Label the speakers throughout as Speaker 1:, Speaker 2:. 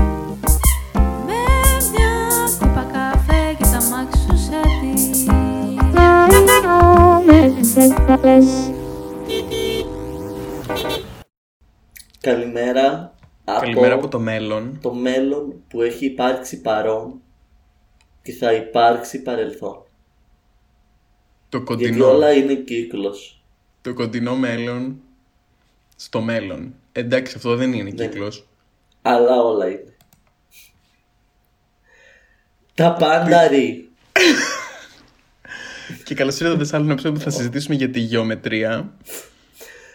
Speaker 1: Με μια κούπα καφέ και τα μάξι σου σε τη.
Speaker 2: Καλημέρα από
Speaker 3: Καλημέρα από το μέλλον.
Speaker 2: το μέλλον που έχει υπάρξει παρόν και θα υπάρξει παρελθόν.
Speaker 3: Το
Speaker 2: Γιατί
Speaker 3: κοντινό,
Speaker 2: όλα είναι κύκλος.
Speaker 3: το κοντινό μέλλον στο μέλλον. Εντάξει, αυτό δεν είναι
Speaker 2: Ναι.
Speaker 3: κύκλος.
Speaker 2: Αλλά όλα είναι. Τα πάντα ρί.
Speaker 3: Και καλώς ήρθατε σε άλλο επεισόδιο που θα συζητήσουμε για τη γεωμετρία.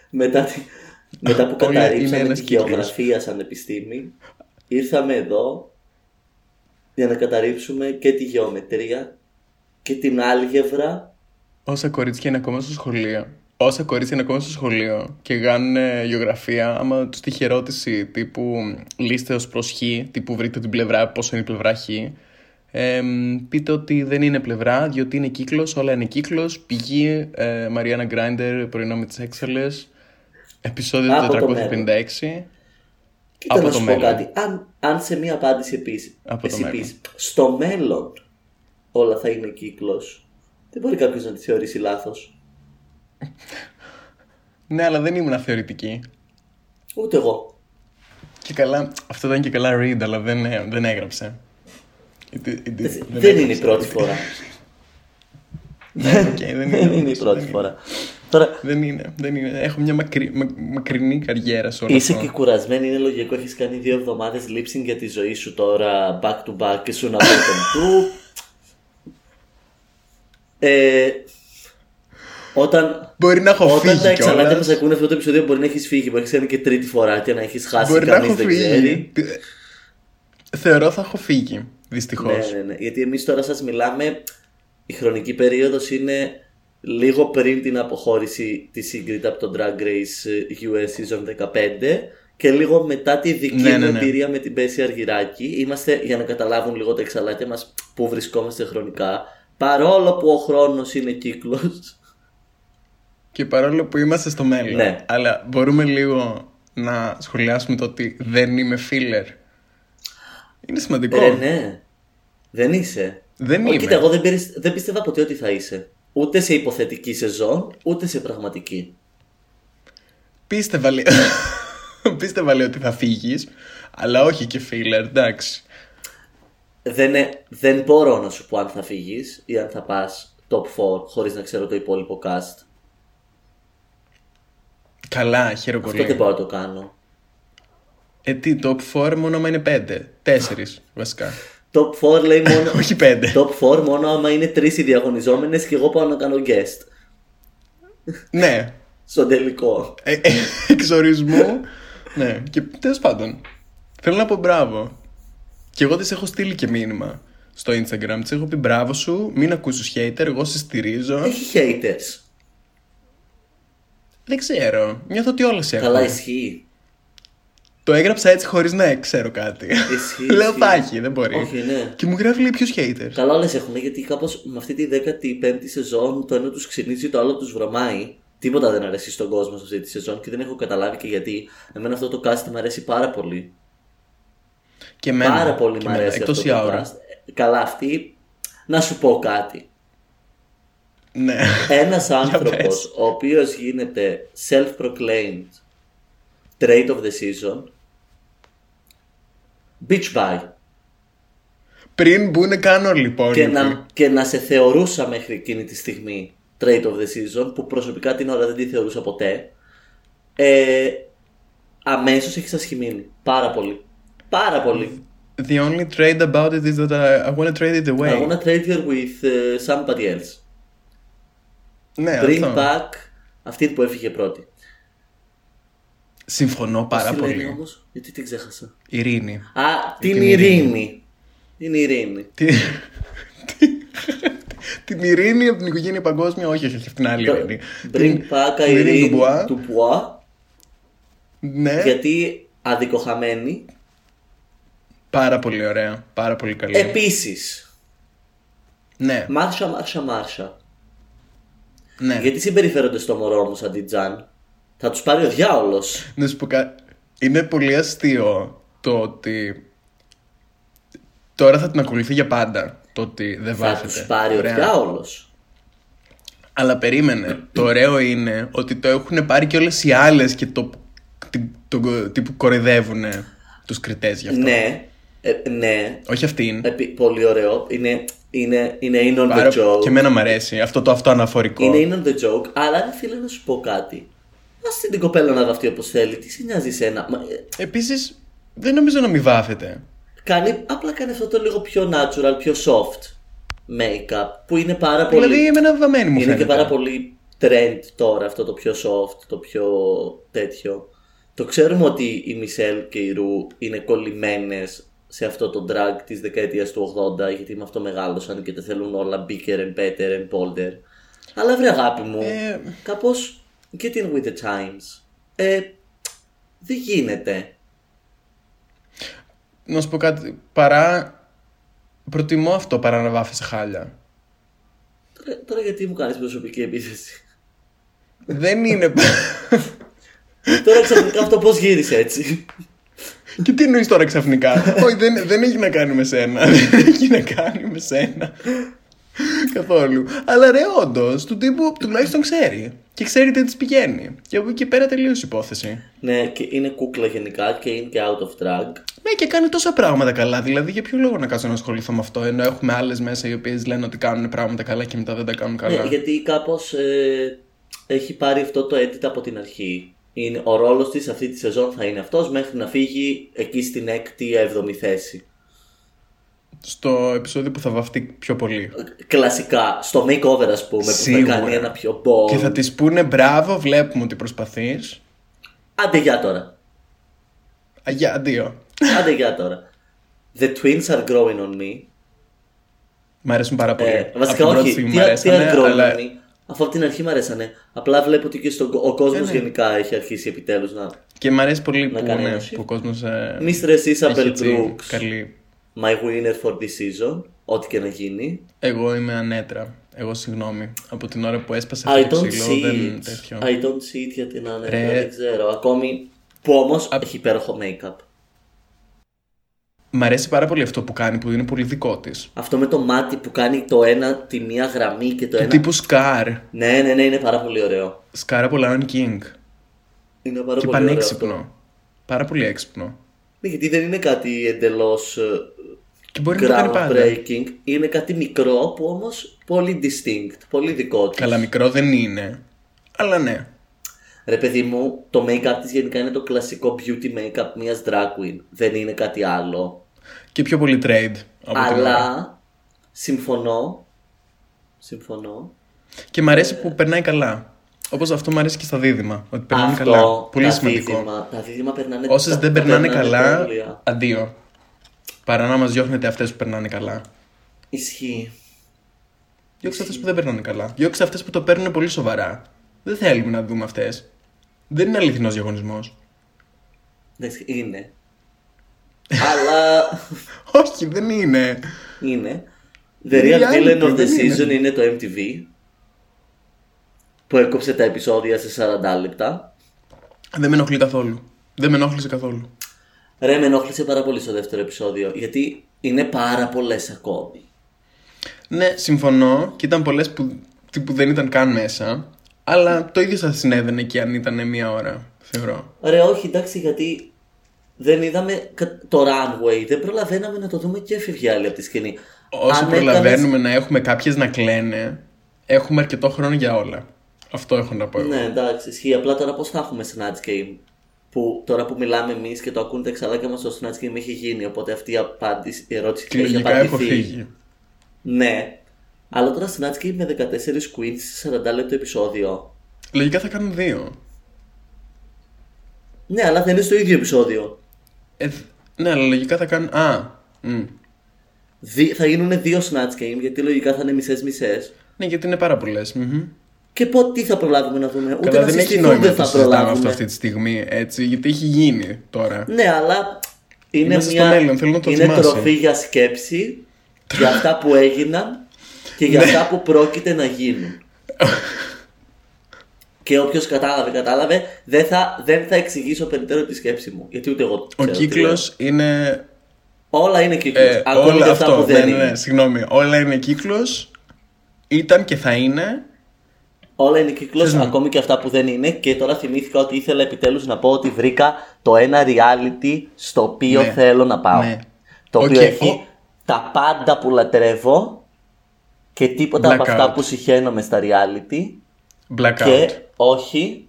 Speaker 2: Μετά, τη- μετά που
Speaker 3: Όλα είναι
Speaker 2: καταρρίψαμε
Speaker 3: ένας
Speaker 2: τη
Speaker 3: κύκλος.
Speaker 2: γεωγραφία σαν επιστήμη, ήρθαμε εδώ για να καταρρίψουμε και τη γεωμετρία και την άλγευρα
Speaker 3: Όσα κορίτσια είναι ακόμα στο σχολείο. Όσα κορίτσια είναι ακόμα στο σχολείο και κάνουν ε, γεωγραφία, άμα τους τύχει ερώτηση τύπου λύστε ως προς χ, τύπου βρείτε την πλευρά, πόσο είναι η πλευρά χ. εμ, πείτε ότι δεν είναι πλευρά, διότι είναι κύκλος, όλα είναι κύκλος. Πηγή ε, Μαριάννα Γκράιντερ, πρωινό με τι έξελες. Επεισόδιο
Speaker 2: Από
Speaker 3: 456.
Speaker 2: το Κοίτα
Speaker 3: Από
Speaker 2: να
Speaker 3: το
Speaker 2: σου
Speaker 3: μέλλον.
Speaker 2: πω κάτι. Αν, αν σε μία απάντηση πεις,
Speaker 3: Από το
Speaker 2: εσύ
Speaker 3: μέλλον.
Speaker 2: πεις, στο μέλλον όλα θα είναι κύκλος, δεν μπορεί κάποιος να τη θεωρήσει λάθος.
Speaker 3: Ναι, αλλά δεν ήμουν θεωρητική.
Speaker 2: Ούτε εγώ.
Speaker 3: Και καλά, αυτό ήταν και καλά read, αλλά δεν, ε, δεν έγραψε. It- it- it-
Speaker 2: Ε, Δεν,
Speaker 3: έγραψε.
Speaker 2: είναι η πρώτη φορά.
Speaker 3: Ναι, οκ, δεν
Speaker 2: Ε, δεν είναι η πρώτη
Speaker 3: δεν
Speaker 2: φορά. Τώρα,
Speaker 3: Δεν είναι, δεν είναι. Έχω μια μακρι, μα- μακρινή καριέρα σε όλο
Speaker 2: είσαι
Speaker 3: αυτό.
Speaker 2: και κουρασμένη, είναι λογικό. Έχεις κάνει δύο εβδομάδες lipsing για τη ζωή σου τώρα, back to back και σου να του. Ε, όταν,
Speaker 3: Μπορεί να έχω
Speaker 2: Όταν τα
Speaker 3: φύγει
Speaker 2: εξαλάτια
Speaker 3: κιόλας.
Speaker 2: μας ακούνε αυτό το επεισόδιο μπορεί να έχεις φύγει, μπορεί να έχεις κάνει και τρίτη φορά και να έχεις χάσει
Speaker 3: Μπορεί να
Speaker 2: κανείς
Speaker 3: έχω
Speaker 2: δεν
Speaker 3: φύγει.
Speaker 2: ξέρει.
Speaker 3: Θεωρώ θα έχω φύγει. Δυστυχώς.
Speaker 2: Ναι, ναι, ναι. Γιατί εμείς τώρα σας μιλάμε, η χρονική περίοδος είναι λίγο πριν την αποχώρηση της Ingrid από το Drag Race US Season 15 και λίγο μετά τη δική
Speaker 3: Ναι,
Speaker 2: μου
Speaker 3: ναι, ναι.
Speaker 2: εμπειρία με την Πέση Αργυράκη. Είμαστε, για να καταλάβουν λίγο τα εξαλάτια μας, που βρισκόμαστε χρονικά. Παρόλο που ο χρόνος είναι κύκλος.
Speaker 3: Και παρόλο που είμαστε στο μέλλον.
Speaker 2: Ναι.
Speaker 3: Αλλά μπορούμε λίγο να σχολιάσουμε το ότι δεν είμαι filler. Είναι σημαντικό.
Speaker 2: Ε, ναι. Δεν είσαι.
Speaker 3: Δεν
Speaker 2: Ω,
Speaker 3: είμαι.
Speaker 2: Κοίτα, εγώ δεν, περισ- δεν πίστευα ποτέ ότι θα είσαι. Ούτε σε υποθετική σεζόν, ούτε σε πραγματική.
Speaker 3: Πίστευα, λέ- Πίστευα λέει ότι θα φύγεις, αλλά όχι και filler, εντάξει.
Speaker 2: Δεν, ε- δεν μπορώ να σου πω αν θα φύγεις ή αν θα πας top 4 χωρίς να ξέρω το υπόλοιπο cast.
Speaker 3: Καλά, χαίρομαι
Speaker 2: Αυτό δεν
Speaker 3: πολύ.
Speaker 2: μπορώ να το κάνω.
Speaker 3: Ε, τι, top 4 μόνο άμα είναι 5. 4 βασικά.
Speaker 2: Top 4 λέει μόνο.
Speaker 3: όχι 5.
Speaker 2: top 4 μόνο άμα είναι τρεις οι διαγωνιζόμενες και εγώ πάω να κάνω guest.
Speaker 3: ναι.
Speaker 2: Στο τελικό.
Speaker 3: Ε, ε, εξορισμού. ναι. Και τέλος πάντων. Θέλω να πω μπράβο. Και εγώ τη έχω στείλει και μήνυμα στο Instagram. Της έχω πει μπράβο σου, μην ακούσει hater, εγώ σε στηρίζω.
Speaker 2: Έχει haters.
Speaker 3: Δεν ξέρω. Νιώθω ότι όλα σε
Speaker 2: Καλά,
Speaker 3: έχουν.
Speaker 2: ισχύει.
Speaker 3: Το έγραψα έτσι χωρίς να ξέρω κάτι.
Speaker 2: Ισχύει,
Speaker 3: Λέω
Speaker 2: ισχύει.
Speaker 3: θα έχει, δεν μπορεί.
Speaker 2: Όχι, ναι.
Speaker 3: Και μου γράφει λέει ποιους haters.
Speaker 2: Καλά όλες έχουμε γιατί κάπως με αυτή τη 15η σεζόν το ένα τους ξυνίζει το άλλο τους βρωμάει. Τίποτα δεν αρέσει στον κόσμο σε αυτή τη σεζόν και δεν έχω καταλάβει και γιατί. Εμένα αυτό το cast μου αρέσει πάρα πολύ.
Speaker 3: Και εμένα.
Speaker 2: πάρα πολύ
Speaker 3: Και
Speaker 2: μου
Speaker 3: εμένα.
Speaker 2: αρέσει
Speaker 3: Εκτός η
Speaker 2: αυτό το
Speaker 3: Aura.
Speaker 2: cast. Ε, Καλά αυτή, να σου πω κάτι.
Speaker 3: Ναι.
Speaker 2: Ένας
Speaker 3: πες.
Speaker 2: άνθρωπος ο οποίος γίνεται self-proclaimed trait of the season, bitch bye.
Speaker 3: Πριν μπουν κάνω λοιπόν.
Speaker 2: και,
Speaker 3: εκεί.
Speaker 2: να, και να σε θεωρούσα μέχρι εκείνη τη στιγμή trade of the season, που προσωπικά την ώρα δεν τη θεωρούσα ποτέ, ε, αμέσως έχεις ασχημείνει. Πάρα πολύ. Πάρα πολύ.
Speaker 3: The only trade about it is that I, I want to trade it away.
Speaker 2: I wanna trade her with ε, somebody else.
Speaker 3: Ναι,
Speaker 2: Bring
Speaker 3: αυτό.
Speaker 2: back αυτή που έφυγε πρώτη.
Speaker 3: Συμφωνώ πάρα
Speaker 2: Πώς τη λένε
Speaker 3: πολύ.
Speaker 2: όμως, γιατί την ξέχασα.
Speaker 3: Ειρήνη.
Speaker 2: Α, την
Speaker 3: την
Speaker 2: Ειρήνη. Την Ειρήνη.
Speaker 3: Τι... τι- την Ειρήνη από την οικογένεια παγκόσμια, όχι, όχι, όχι, την άλλη Ειρήνη.
Speaker 2: Bring
Speaker 3: Την-
Speaker 2: back
Speaker 3: την
Speaker 2: η Ειρήνη
Speaker 3: του Μπουά.
Speaker 2: του Πουά,
Speaker 3: Ναι,
Speaker 2: γιατί αδικοχαμένη.
Speaker 3: πάρα πολύ ωραία. Πάρα πολύ καλή.
Speaker 2: Επίσης,
Speaker 3: Ναι,
Speaker 2: Μάρσα, μάρσα, μάρσα.
Speaker 3: Ναι.
Speaker 2: Γιατί συμπεριφέρονται στο μωρό μου σαν την Τζαν. Θα τους πάρει ο διάολος.
Speaker 3: Να σου πω κάτι. Είναι πολύ αστείο το ότι. Τώρα θα την ακολουθεί για πάντα το ότι δεν
Speaker 2: Θα
Speaker 3: βάζεται.
Speaker 2: τους πάρει ο
Speaker 3: Ωραία.
Speaker 2: διάολος.
Speaker 3: Αλλά περίμενε. το ωραίο είναι ότι το έχουν πάρει και όλες οι άλλες και το, τι- το, τύπου κοροϊδεύουν τους κριτές γι' αυτό.
Speaker 2: Ναι, ε, ναι.
Speaker 3: Όχι αυτήν.
Speaker 2: Επί- πολύ ωραίο. Είναι, είναι, είναι in on
Speaker 3: Πάρα-
Speaker 2: the joke.
Speaker 3: Και εμένα μου αρέσει αυτό το αυτό αναφορικό.
Speaker 2: Είναι in on the joke, αλλά ρε φίλε να σου πω κάτι. Α την κοπέλα να βαφτεί όπως θέλει, τι σε νοιάζει σένα. Μα, ε,
Speaker 3: Επίσης, δεν νομίζω να μην βάφεται.
Speaker 2: κάνει, απλά κάνει αυτό το λίγο πιο natural, πιο soft make-up που είναι πάρα πολύ.
Speaker 3: Δηλαδή, εμένα βαμμένη μου
Speaker 2: είναι
Speaker 3: φαίνεται.
Speaker 2: και πάρα πολύ trend τώρα αυτό το πιο soft, το πιο τέτοιο. Το ξέρουμε ότι η Μισελ και η Ρου είναι κολλημένες σε αυτό το drag της δεκαετίας του 80 γιατί με αυτό μεγάλωσαν και τα θέλουν όλα bigger and better and bolder. Αλλά βρε αγάπη μου,
Speaker 3: Ε.
Speaker 2: κάπως get in with the times. Ε, δεν γίνεται.
Speaker 3: Να σου πω κάτι. Παρά. Προτιμώ αυτό παρά να βάφεσαι χάλια.
Speaker 2: Τώρα, τώρα γιατί μου κάνεις προσωπική επίθεση.
Speaker 3: δεν είναι.
Speaker 2: τώρα ξαφνικά αυτό πώς γύρισε έτσι.
Speaker 3: και τι εννοείς τώρα ξαφνικά. Όχι, δεν, δεν έχει να κάνει με σένα.
Speaker 2: Ναι.
Speaker 3: δεν έχει να κάνει με σένα. Καθόλου. Αλλά ρε, όντως, του τύπου τουλάχιστον ξέρει. Και ξέρει τι της πηγαίνει. Και από εκεί και πέρα τελείωσε η υπόθεση.
Speaker 2: ναι, και είναι κούκλα γενικά και είναι και out of drag.
Speaker 3: Ναι, και κάνει τόσα πράγματα καλά. Δηλαδή, για ποιο λόγο να κάτσω να ασχοληθώ με αυτό, ενώ έχουμε άλλες μέσα οι οποίες λένε ότι κάνουν πράγματα καλά και μετά δεν τα κάνουν καλά.
Speaker 2: Ναι, γιατί κάπως ε, έχει πάρει αυτό το edit από την αρχή. Είναι, ο ρόλος της αυτή τη σεζόν θα είναι αυτός μέχρι να φύγει εκεί στην έκτη, έβδομη θέση.
Speaker 3: Στο επεισόδιο που θα βαφτεί πιο πολύ.
Speaker 2: Κλασικά, στο makeover ας πούμε, που
Speaker 3: Σίγουρα.
Speaker 2: θα κάνει ένα πιο bold.
Speaker 3: Και θα της πούνε μπράβο, βλέπουμε ότι προσπαθείς.
Speaker 2: Άντε για τώρα.
Speaker 3: Αγιά, αντίο.
Speaker 2: Άντε για τώρα. The twins are growing on me.
Speaker 3: Μ' αρέσουν πάρα πολύ.
Speaker 2: Ε, βασικά
Speaker 3: την πρώτη
Speaker 2: όχι,
Speaker 3: στιγμή
Speaker 2: τι,
Speaker 3: μ'
Speaker 2: τι are
Speaker 3: αρέσανε,
Speaker 2: growing
Speaker 3: αλλά...
Speaker 2: on me. Αφού από την αρχή μου αρέσανε. Απλά βλέπω ότι και στον κο- ο κόσμος
Speaker 3: ναι.
Speaker 2: γενικά έχει αρχίσει επιτέλους να.
Speaker 3: Και μ' αρέσει πολύ που,
Speaker 2: κάνει
Speaker 3: ναι,
Speaker 2: ένωση.
Speaker 3: που ο κόσμος. Ε,
Speaker 2: Mistress
Speaker 3: έχει
Speaker 2: Isabel
Speaker 3: έτσι
Speaker 2: Brooks.
Speaker 3: Καλή.
Speaker 2: My winner for this season. Ό,τι και να γίνει.
Speaker 3: Εγώ είμαι ανέτρα. Εγώ συγγνώμη. Από την ώρα που έσπασε
Speaker 2: I
Speaker 3: αυτό το
Speaker 2: don't see
Speaker 3: ξύλο, δεν
Speaker 2: it.
Speaker 3: τέτοιο.
Speaker 2: I don't see it γιατί να είναι.
Speaker 3: Ρε.
Speaker 2: Δεν ξέρω. Ακόμη που όμως έχει υπέροχο make-up.
Speaker 3: Μ' αρέσει πάρα πολύ αυτό που κάνει, που είναι πολύ δικό της.
Speaker 2: Αυτό με το μάτι που κάνει το ένα τη μία γραμμή και το
Speaker 3: Του
Speaker 2: ένα.
Speaker 3: τύπου Σκάρ.
Speaker 2: Ναι, ναι, ναι, είναι πάρα πολύ ωραίο.
Speaker 3: Σκάρ από Lion King.
Speaker 2: Είναι πάρα
Speaker 3: Και
Speaker 2: πολύ ωραίο. αυτό.
Speaker 3: πανέξυπνο. Πάρα πολύ έξυπνο.
Speaker 2: Ναι, γιατί δεν είναι κάτι εντελώς
Speaker 3: Και μπορεί να το κάνει πάντα.
Speaker 2: groundbreaking. Είναι κάτι μικρό που όμως πολύ distinct, πολύ δικό της.
Speaker 3: Καλά, μικρό δεν είναι. Αλλά ναι.
Speaker 2: Ρε παιδί μου, το make-up της γενικά είναι το κλασικό beauty make-up μιας drag queen. Δεν είναι κάτι άλλο.
Speaker 3: Και πιο πολύ trade. Από την ώρα.
Speaker 2: Αλλά συμφωνώ. Συμφωνώ.
Speaker 3: Και μ' αρέσει που περνάει καλά. Όπως αυτό μου αρέσει και στα δίδυμα. Ότι περνάνε
Speaker 2: Αυτό,
Speaker 3: καλά. Πολύ
Speaker 2: τα
Speaker 3: σημαντικό.
Speaker 2: Δίδυμα, τα δίδυμα περνάνε
Speaker 3: Όσες
Speaker 2: τα-
Speaker 3: δεν
Speaker 2: τα
Speaker 3: περνάνε καλά,
Speaker 2: τέλεια.
Speaker 3: αντίο. Παρά να μας διώχνετε αυτές που περνάνε καλά.
Speaker 2: Ισχύει.
Speaker 3: Διώξτε αυτές που δεν περνάνε καλά. Διώξτε αυτές που το παίρνουν πολύ σοβαρά. Δεν θέλουμε να δούμε αυτές. Δεν είναι αληθινός διαγωνισμός.
Speaker 2: Εντάξει, είναι. Αλλά
Speaker 3: Όχι, δεν είναι.
Speaker 2: είναι. The
Speaker 3: Είναι
Speaker 2: real
Speaker 3: οι άλλοι
Speaker 2: villain
Speaker 3: που
Speaker 2: of the
Speaker 3: δεν είναι.
Speaker 2: season είναι το MTV που έκοψε τα επεισόδια σε 40 λεπτά.
Speaker 3: Δεν με ενοχλεί καθόλου. Δεν με ενόχλησε καθόλου.
Speaker 2: Ρε, με ενόχλησε πάρα πολύ στο δεύτερο επεισόδιο γιατί είναι πάρα πολλές ακόμη.
Speaker 3: Ναι, συμφωνώ και ήταν πολλές που, τι- που δεν ήταν καν μέσα. Αλλά το ίδιο θα συνέβαινε και αν ήταν μία ώρα, θεωρώ.
Speaker 2: Ρε, όχι, εντάξει, γιατί δεν είδαμε κα- το runway. Δεν προλαβαίναμε να το δούμε και έφευγε η άλλη από τη σκηνή.
Speaker 3: Όσο
Speaker 2: Αν
Speaker 3: προλαβαίνουμε να έχουμε κάποιες να κλαίνε, έχουμε αρκετό χρόνο για όλα. Αυτό έχω να πω εγώ.
Speaker 2: Ναι, εντάξει, ισχύει. Απλά τώρα πώς θα έχουμε Snatch Game. Που τώρα που μιλάμε εμείς και το ακούνε τα ξαλάκια μας, το Snatch Game έχει γίνει. Οπότε αυτή η, απάντηση, η ερώτηση
Speaker 3: Και λογικά
Speaker 2: απαντηθεί.
Speaker 3: έχω φύγει.
Speaker 2: Ναι. Αλλά τώρα Snatch Game με 14 queens σε 40 λεπτό επεισόδιο.
Speaker 3: Λογικά θα κάνουν δύο.
Speaker 2: Ναι, αλλά δεν είναι στο ίδιο επεισόδιο.
Speaker 3: Ε, δ- ναι, αλλά λογικά θα κάνουν. Α, μ.
Speaker 2: Δι- θα γίνουν δύο Snatch Game γιατί λογικά θα είναι μισέ-μισέ.
Speaker 3: ναι, γιατί είναι πάρα πολλές.
Speaker 2: Και πότε τι θα προλάβουμε να δούμε. Ούτε
Speaker 3: Καλά,
Speaker 2: να
Speaker 3: δεν έχει
Speaker 2: συστηθούν
Speaker 3: νόημα να
Speaker 2: δεν
Speaker 3: το
Speaker 2: θα
Speaker 3: συζητάμε
Speaker 2: προλάβουμε.
Speaker 3: αυτό αυτή τη στιγμή, έτσι, γιατί έχει γίνει τώρα.
Speaker 2: Ναι, αλλά είναι
Speaker 3: Είμαστε στο
Speaker 2: μια
Speaker 3: μέλλον, θέλω να το
Speaker 2: είναι
Speaker 3: θυμάσαι.
Speaker 2: τροφή για σκέψη
Speaker 3: Ναι.
Speaker 2: για αυτά που έγιναν και για αυτά που πρόκειται να γίνουν. Και όποιος κατάλαβε, κατάλαβε. Δεν θα, δεν θα εξηγήσω περιττέρω τη σκέψη μου. Γιατί ούτε εγώ
Speaker 3: Ο
Speaker 2: ξέρω τι λέω.
Speaker 3: κύκλο είναι.
Speaker 2: Όλα είναι κύκλο.
Speaker 3: Ε,
Speaker 2: Ακόμα
Speaker 3: όλα
Speaker 2: και αυτά
Speaker 3: αυτό.
Speaker 2: που
Speaker 3: Ναι,
Speaker 2: δεν
Speaker 3: ναι, ναι,
Speaker 2: είναι.
Speaker 3: συγγνώμη. Όλα είναι κύκλος. Ήταν και θα είναι.
Speaker 2: Όλα είναι
Speaker 3: Ναι,
Speaker 2: κύκλο, ακόμη και αυτά που δεν είναι. Και τώρα θυμήθηκα ότι ήθελα επιτέλους να πω ότι βρήκα το ένα reality στο οποίο
Speaker 3: Ναι.
Speaker 2: θέλω να πάω.
Speaker 3: Ναι.
Speaker 2: Το οποίο
Speaker 3: Οκ,
Speaker 2: έχει
Speaker 3: ο-
Speaker 2: τα πάντα που λατρεύω και τίποτα από
Speaker 3: Blackout.
Speaker 2: αυτά που συχαίνομαι στα reality.
Speaker 3: Blackout.
Speaker 2: Και όχι,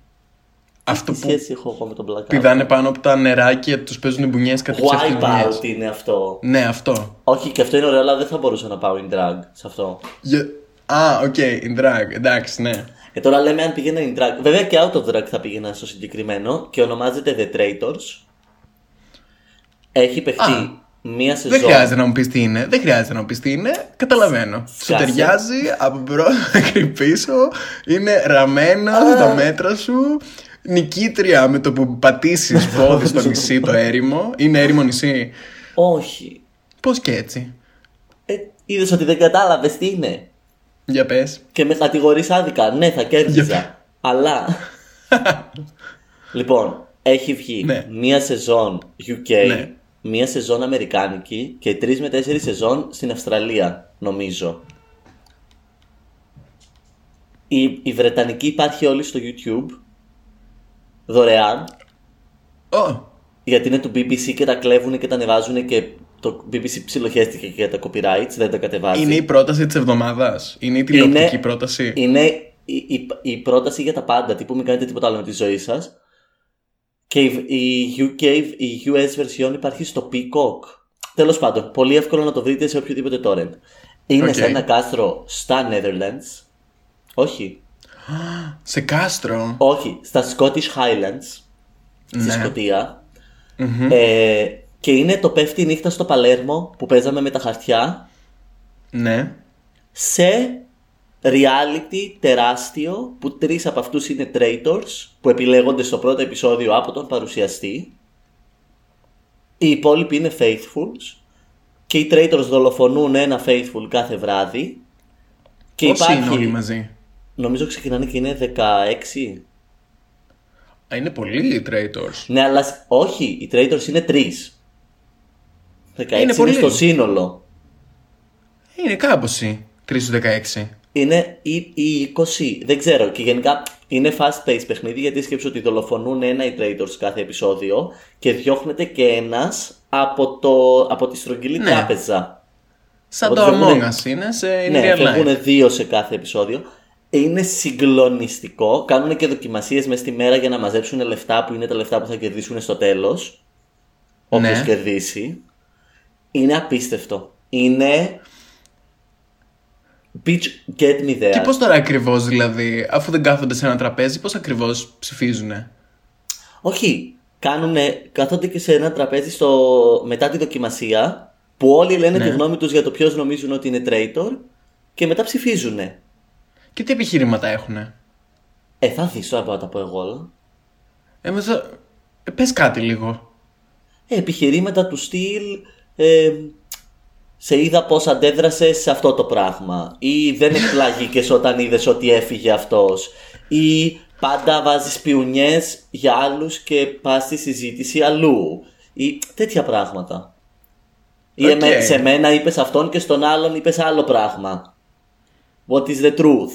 Speaker 3: αυτό
Speaker 2: τι
Speaker 3: που
Speaker 2: σχέση έχω εγώ με τον blackout.
Speaker 3: πηδάνε πάνω από τα νεράκια, τους παίζουν μπουνιές κατά
Speaker 2: Wipeout είναι αυτό.
Speaker 3: Ναι, αυτό.
Speaker 2: Όχι, και αυτό είναι ωραίο, αλλά δεν θα μπορούσα να πάω in drag σε αυτό.
Speaker 3: Για- Α, οκ, in drag. Εντάξει, ναι.
Speaker 2: Ε, τώρα λέμε αν πήγαινα in drag. Βέβαια και out of drag θα πήγαινα στο συγκεκριμένο και ονομάζεται The Traitors. Έχει
Speaker 3: Α,
Speaker 2: παιχτεί μία
Speaker 3: Δεν
Speaker 2: σεζόν.
Speaker 3: χρειάζεται να μου πεις τι είναι. Δεν χρειάζεται να μου πεις τι είναι. Καταλαβαίνω. Σου
Speaker 2: Σκάσε.
Speaker 3: ταιριάζει από μπρο μέχρι πίσω. Είναι ραμμένα τα μέτρα σου. Νικήτρια με το που πατήσεις πόδι στο νησί το έρημο. Είναι έρημο νησί.
Speaker 2: Όχι.
Speaker 3: Πώς και έτσι.
Speaker 2: Ε, Είδες ότι δεν κατάλαβες τι είναι.
Speaker 3: Για πες.
Speaker 2: Και με κατηγορείς άδικα. Ναι, θα κέρδιζα.
Speaker 3: Για-
Speaker 2: αλλά. λοιπόν, έχει βγει
Speaker 3: Ναι.
Speaker 2: μία σεζόν UK,
Speaker 3: Ναι.
Speaker 2: μία σεζόν Αμερικάνικη και τρεις με τέσσερις σεζόν στην Αυστραλία, νομίζω. Η, η Βρετανική υπάρχει όλη στο YouTube. Δωρεάν.
Speaker 3: Ω,
Speaker 2: Γιατί είναι του BBC και τα κλέβουν και τα ανεβάζουν και το BBC ψιλοχέστηκε και για τα copyrights, δεν τα κατεβάζει.
Speaker 3: είναι η πρόταση της εβδομάδας. Είναι η τηλεοπτική πρόταση.
Speaker 2: Είναι η, η, η πρόταση για τα πάντα. Τύπου μην κάνετε τίποτα άλλο με τη ζωή σας. Και η, η UK, η US version υπάρχει στο Peacock. Τέλος πάντων, πολύ εύκολο να το βρείτε σε οποιοδήποτε torrent. Είναι
Speaker 3: Οκ.
Speaker 2: σε ένα κάστρο στα Netherlands. Όχι.
Speaker 3: Σε κάστρο.
Speaker 2: Όχι, στα Scottish Highlands. Στη
Speaker 3: Ναι.
Speaker 2: σκοτια Ε, και είναι το πέφτει η νύχτα στο Παλέρμο που παίζαμε με τα χαρτιά
Speaker 3: Ναι.
Speaker 2: σε reality τεράστιο που τρεις από αυτούς είναι traitors που επιλέγονται στο πρώτο επεισόδιο από τον παρουσιαστή. Οι υπόλοιποι είναι faithfuls και οι traitors δολοφονούν ένα faithful κάθε βράδυ. Και
Speaker 3: Όσοι
Speaker 2: υπάρχει,
Speaker 3: είναι όλοι μαζί.
Speaker 2: νομίζω ξεκινάνε και είναι 16.
Speaker 3: Α, είναι πολλοί οι traitors.
Speaker 2: Ναι, αλλά σ- όχι, οι traitors είναι 3. 16 είναι,
Speaker 3: πολύ.
Speaker 2: στο σύνολο.
Speaker 3: Ε, Είναι κάμποση. 3 στου 16.
Speaker 2: Είναι ή, ή 20, δεν ξέρω. Και γενικά είναι fast paced παιχνίδι γιατί σκέψω ότι δολοφονούν ένα οι traitors κάθε επεισόδιο και διώχνεται και ένας από, το, από τη στρογγυλή
Speaker 3: Ναι.
Speaker 2: τράπεζα.
Speaker 3: Σαν
Speaker 2: Οπότε
Speaker 3: το Among
Speaker 2: φεύγουνε-
Speaker 3: Us είναι σε είναι
Speaker 2: ναι,
Speaker 3: real life.
Speaker 2: φεύγουν δύο σε κάθε επεισόδιο. Είναι συγκλονιστικό. Κάνουν και δοκιμασίες μέσα στη μέρα για να μαζέψουν λεφτά που είναι τα λεφτά που θα κερδίσουν στο τέλος. Όποιο
Speaker 3: Ναι.
Speaker 2: κερδίσει. Είναι απίστευτο. Είναι. Bitch, get me there.
Speaker 3: Και πώς τώρα ακριβώς δηλαδή, αφού δεν κάθονται σε ένα τραπέζι, πώς ακριβώς ψηφίζουν.
Speaker 2: Όχι. Κάνουνε, κάθονται και σε ένα τραπέζι στο... μετά τη δοκιμασία που όλοι λένε
Speaker 3: Ναι.
Speaker 2: τη γνώμη τους για το ποιος νομίζουν ότι είναι traitor και μετά ψηφίζουνε.
Speaker 3: Και τι επιχειρήματα έχουν.
Speaker 2: Ε, θα δεις τώρα μπορώ να τα πω εγώ όλα.
Speaker 3: Εμείς θα... ε, πες κάτι λίγο.
Speaker 2: Ε, επιχειρήματα του στυλ ε, σε είδα πώς αντέδρασες σε αυτό το πράγμα ή δεν εκπλάγηκες όταν είδες ότι έφυγε αυτός ή πάντα βάζεις πιουνιές για άλλους και πας στη συζήτηση αλλού ή τέτοια πράγματα. Ή
Speaker 3: Οκ.
Speaker 2: εμέ- σε μένα είπες αυτόν και στον άλλον είπες άλλο πράγμα. What is the truth.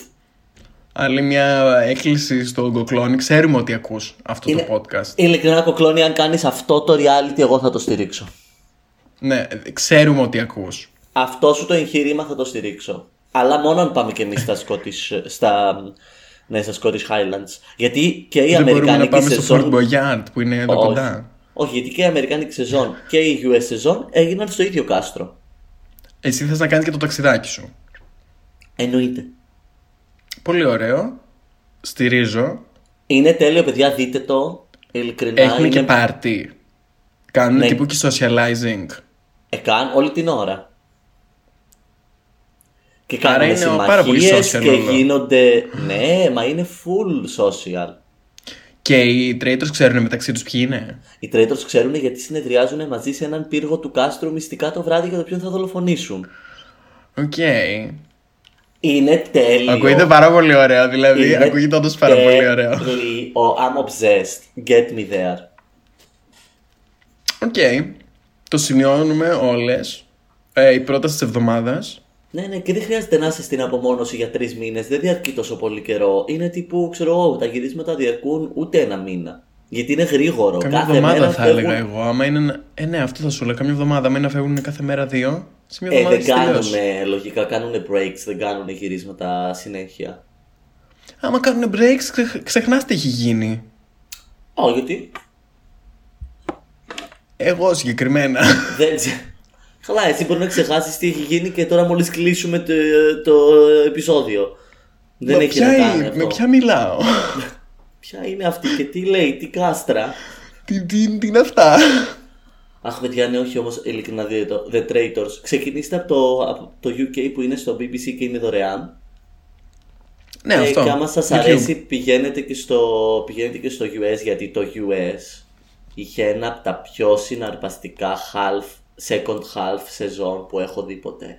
Speaker 3: Άλλη μια έκκληση στο Ογκοκλόνη. Ξέρουμε ότι ακούς αυτό
Speaker 2: Είναι-
Speaker 3: το podcast.
Speaker 2: Ειλικρινά κοκλώνει αν κάνεις αυτό το reality εγώ θα το στηρίξω.
Speaker 3: Ναι, ξέρουμε ότι ακούς.
Speaker 2: Αυτό σου το εγχείρημα θα το στηρίξω. Αλλά μόνο αν πάμε και εμείς στα Scottish, στα, ναι, στα Scottish Highlands. Γιατί και η
Speaker 3: δεν μπορούμε να
Speaker 2: Αμερικανική
Speaker 3: πάμε στο Fort
Speaker 2: σεζόν.
Speaker 3: Boyard που είναι εδώ
Speaker 2: όχι,
Speaker 3: κοντά.
Speaker 2: όχι, γιατί και η Αμερικανική σεζόν και η US σεζόν έγιναν στο ίδιο κάστρο.
Speaker 3: Εσύ θες να κάνεις και το ταξιδάκι σου.
Speaker 2: Εννοείται.
Speaker 3: Πολύ ωραίο. Στηρίζω.
Speaker 2: Είναι τέλειο, παιδιά, δείτε το. Ειλικρινά.
Speaker 3: Έχουν
Speaker 2: είναι...
Speaker 3: και πάρτι. Κάνουν
Speaker 2: Ναι.
Speaker 3: τύπου και socializing.
Speaker 2: Ε, καν- όλη την ώρα. Και
Speaker 3: Άρα
Speaker 2: κάνουν
Speaker 3: είναι ο- πάρα πολύ
Speaker 2: συμμαχίες
Speaker 3: social
Speaker 2: και
Speaker 3: όλο.
Speaker 2: γίνονται. ναι, μα είναι full social.
Speaker 3: Και οι traitors ξέρουν μεταξύ τους ποιοι είναι.
Speaker 2: Οι traitors ξέρουν γιατί συνεδριάζουν μαζί σε έναν πύργο του κάστρου μυστικά το βράδυ για το οποίο θα δολοφονήσουν.
Speaker 3: Οκ.
Speaker 2: Είναι τέλειο.
Speaker 3: Ακούγεται πάρα πολύ ωραίο, δηλαδή.
Speaker 2: Είναι Ε.
Speaker 3: Ακούγεται όντως πάρα πολύ ωραίο.
Speaker 2: τέλειο. I'm obsessed. Get me there.
Speaker 3: Οκ. Το σημειώνουμε όλες. Ε, η πρόταση της εβδομάδας.
Speaker 2: Ναι, ναι, και δεν χρειάζεται να είσαι στην απομόνωση για τρεις μήνες. Δεν διαρκεί τόσο πολύ καιρό. Είναι τύπου, ξέρω εγώ, τα γυρίσματα διαρκούν ούτε ένα μήνα. Γιατί είναι γρήγορο.
Speaker 3: Καμιά
Speaker 2: Κάθε
Speaker 3: εβδομάδα
Speaker 2: μέρα
Speaker 3: θα
Speaker 2: φεύγουν-
Speaker 3: έλεγα εγώ. Άμα είναι. ένα- Ε, ναι, αυτό θα σου λέω. Καμιά εβδομάδα. Άμα είναι να φεύγουν κάθε μέρα δύο. Σε μια
Speaker 2: Ε,
Speaker 3: εβδομάδα
Speaker 2: δεν
Speaker 3: έχεις τελειώσει.
Speaker 2: κάνουν λογικά, κάνουν breaks, δεν κάνουν γυρίσματα συνέχεια.
Speaker 3: Άμα κάνουν breaks, ξε- ξεχνάς τι έχει γίνει.
Speaker 2: Ω, γιατί
Speaker 3: Εγώ συγκεκριμένα.
Speaker 2: δεν ξε- Καλά, εσύ μπορεί να ξεχάσεις τι έχει γίνει και τώρα μόλις κλείσουμε το, το επεισόδιο. Δεν
Speaker 3: Μα
Speaker 2: έχει
Speaker 3: ποια
Speaker 2: να
Speaker 3: είναι-
Speaker 2: κάνει αυτό.
Speaker 3: Με ποια μιλάω.
Speaker 2: Ποια είναι αυτή και τι λέει, τι κάστρα.
Speaker 3: τι, τι, τι είναι αυτά.
Speaker 2: Αχ, παιδιά, ναι, όχι όμως, ειλικρινά δείτε το. The Traitors. Ξεκινήστε από το, από το UK που είναι στο BBC και είναι δωρεάν.
Speaker 3: ναι,
Speaker 2: Ε,
Speaker 3: αυτό.
Speaker 2: και άμα σας
Speaker 3: YouTube.
Speaker 2: αρέσει, πηγαίνετε και, στο, πηγαίνετε και στο US γιατί το US είχε ένα από τα πιο συναρπαστικά half, second half σεζόν που έχω δει ποτέ.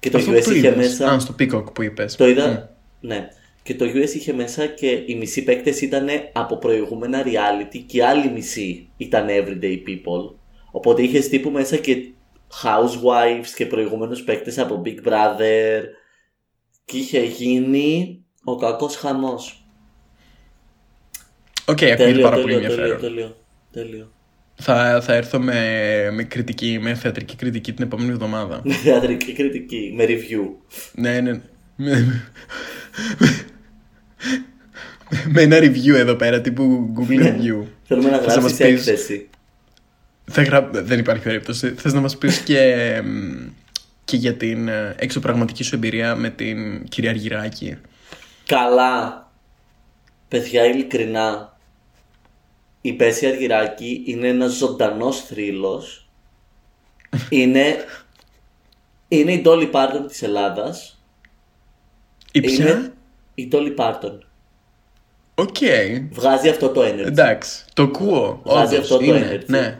Speaker 2: Και το
Speaker 3: Αυτό
Speaker 2: US
Speaker 3: που
Speaker 2: είχε
Speaker 3: είδες.
Speaker 2: μέσα.
Speaker 3: Α, στο Peacock που είπες.
Speaker 2: Το είδα. Ναι. Και το US είχε μέσα και οι μισοί παίκτες ήταν από προηγούμενα reality και οι άλλοι μισοί ήταν everyday people. Οπότε είχες τύπου μέσα και housewives και προηγούμενους παίκτες από Big Brother. Και είχε γίνει ο κακός χαμός.
Speaker 3: Οκ, ακούγεται
Speaker 2: Τέλειο,
Speaker 3: Ε, πάρα πολύ
Speaker 2: τέλειο, τέλειο,
Speaker 3: ενδιαφέρον.
Speaker 2: τέλειο, τέλειο.
Speaker 3: Θα, θα έρθω με, με κριτική, με θεατρική κριτική την επόμενη εβδομάδα.
Speaker 2: Με θεατρική κριτική, με review.
Speaker 3: ναι, ναι. ναι. Με, με- με ένα review εδώ πέρα, τύπου Google
Speaker 2: Ναι.
Speaker 3: review.
Speaker 2: Θέλουμε να
Speaker 3: Θες να μας
Speaker 2: γράψει
Speaker 3: πεις-
Speaker 2: έκθεση.
Speaker 3: Θα γρα- Δεν υπάρχει περίπτωση. Θες να μας πεις και, μ, και για την ε, εξωπραγματική σου εμπειρία με την κυρία Αργυράκη.
Speaker 2: Καλά. Παιδιά, ειλικρινά. Η Πέση Αργυράκη είναι ένας ζωντανός θρύλος. Είναι... Είναι η Dolly Parton της Ελλάδας.
Speaker 3: Η ποια?
Speaker 2: Είναι η Dolly Parton.
Speaker 3: Οκ.
Speaker 2: Βγάζει αυτό το energy.
Speaker 3: Εντάξει. Το ακούω.
Speaker 2: Βάζει
Speaker 3: Όντως,
Speaker 2: αυτό το Ε,
Speaker 3: είναι.
Speaker 2: energy.
Speaker 3: Ναι.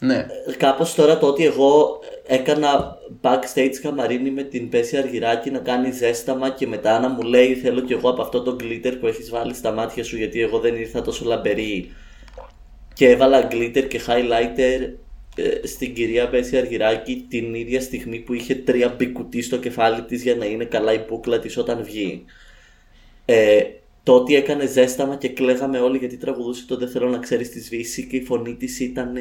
Speaker 3: Ναι.
Speaker 2: Κάπως τώρα το ότι εγώ έκανα backstage καμαρίνι με την Πέση Αργυράκη να κάνει ζέσταμα και μετά να μου λέει θέλω κι εγώ από αυτό το glitter που έχεις βάλει στα μάτια σου γιατί εγώ δεν ήρθα τόσο λαμπερή και έβαλα glitter και highlighter ε, στην κυρία Πέση Αργυράκη την ίδια στιγμή που είχε τρία μπικουτί στο κεφάλι της για να είναι καλά η μπούκλα της όταν βγει ε, το ότι έκανε ζέσταμα και κλαίγαμε όλοι γιατί τραγουδούσε το «Δεν θέλω να ξέρεις της σβήση» και η φωνή της ήταν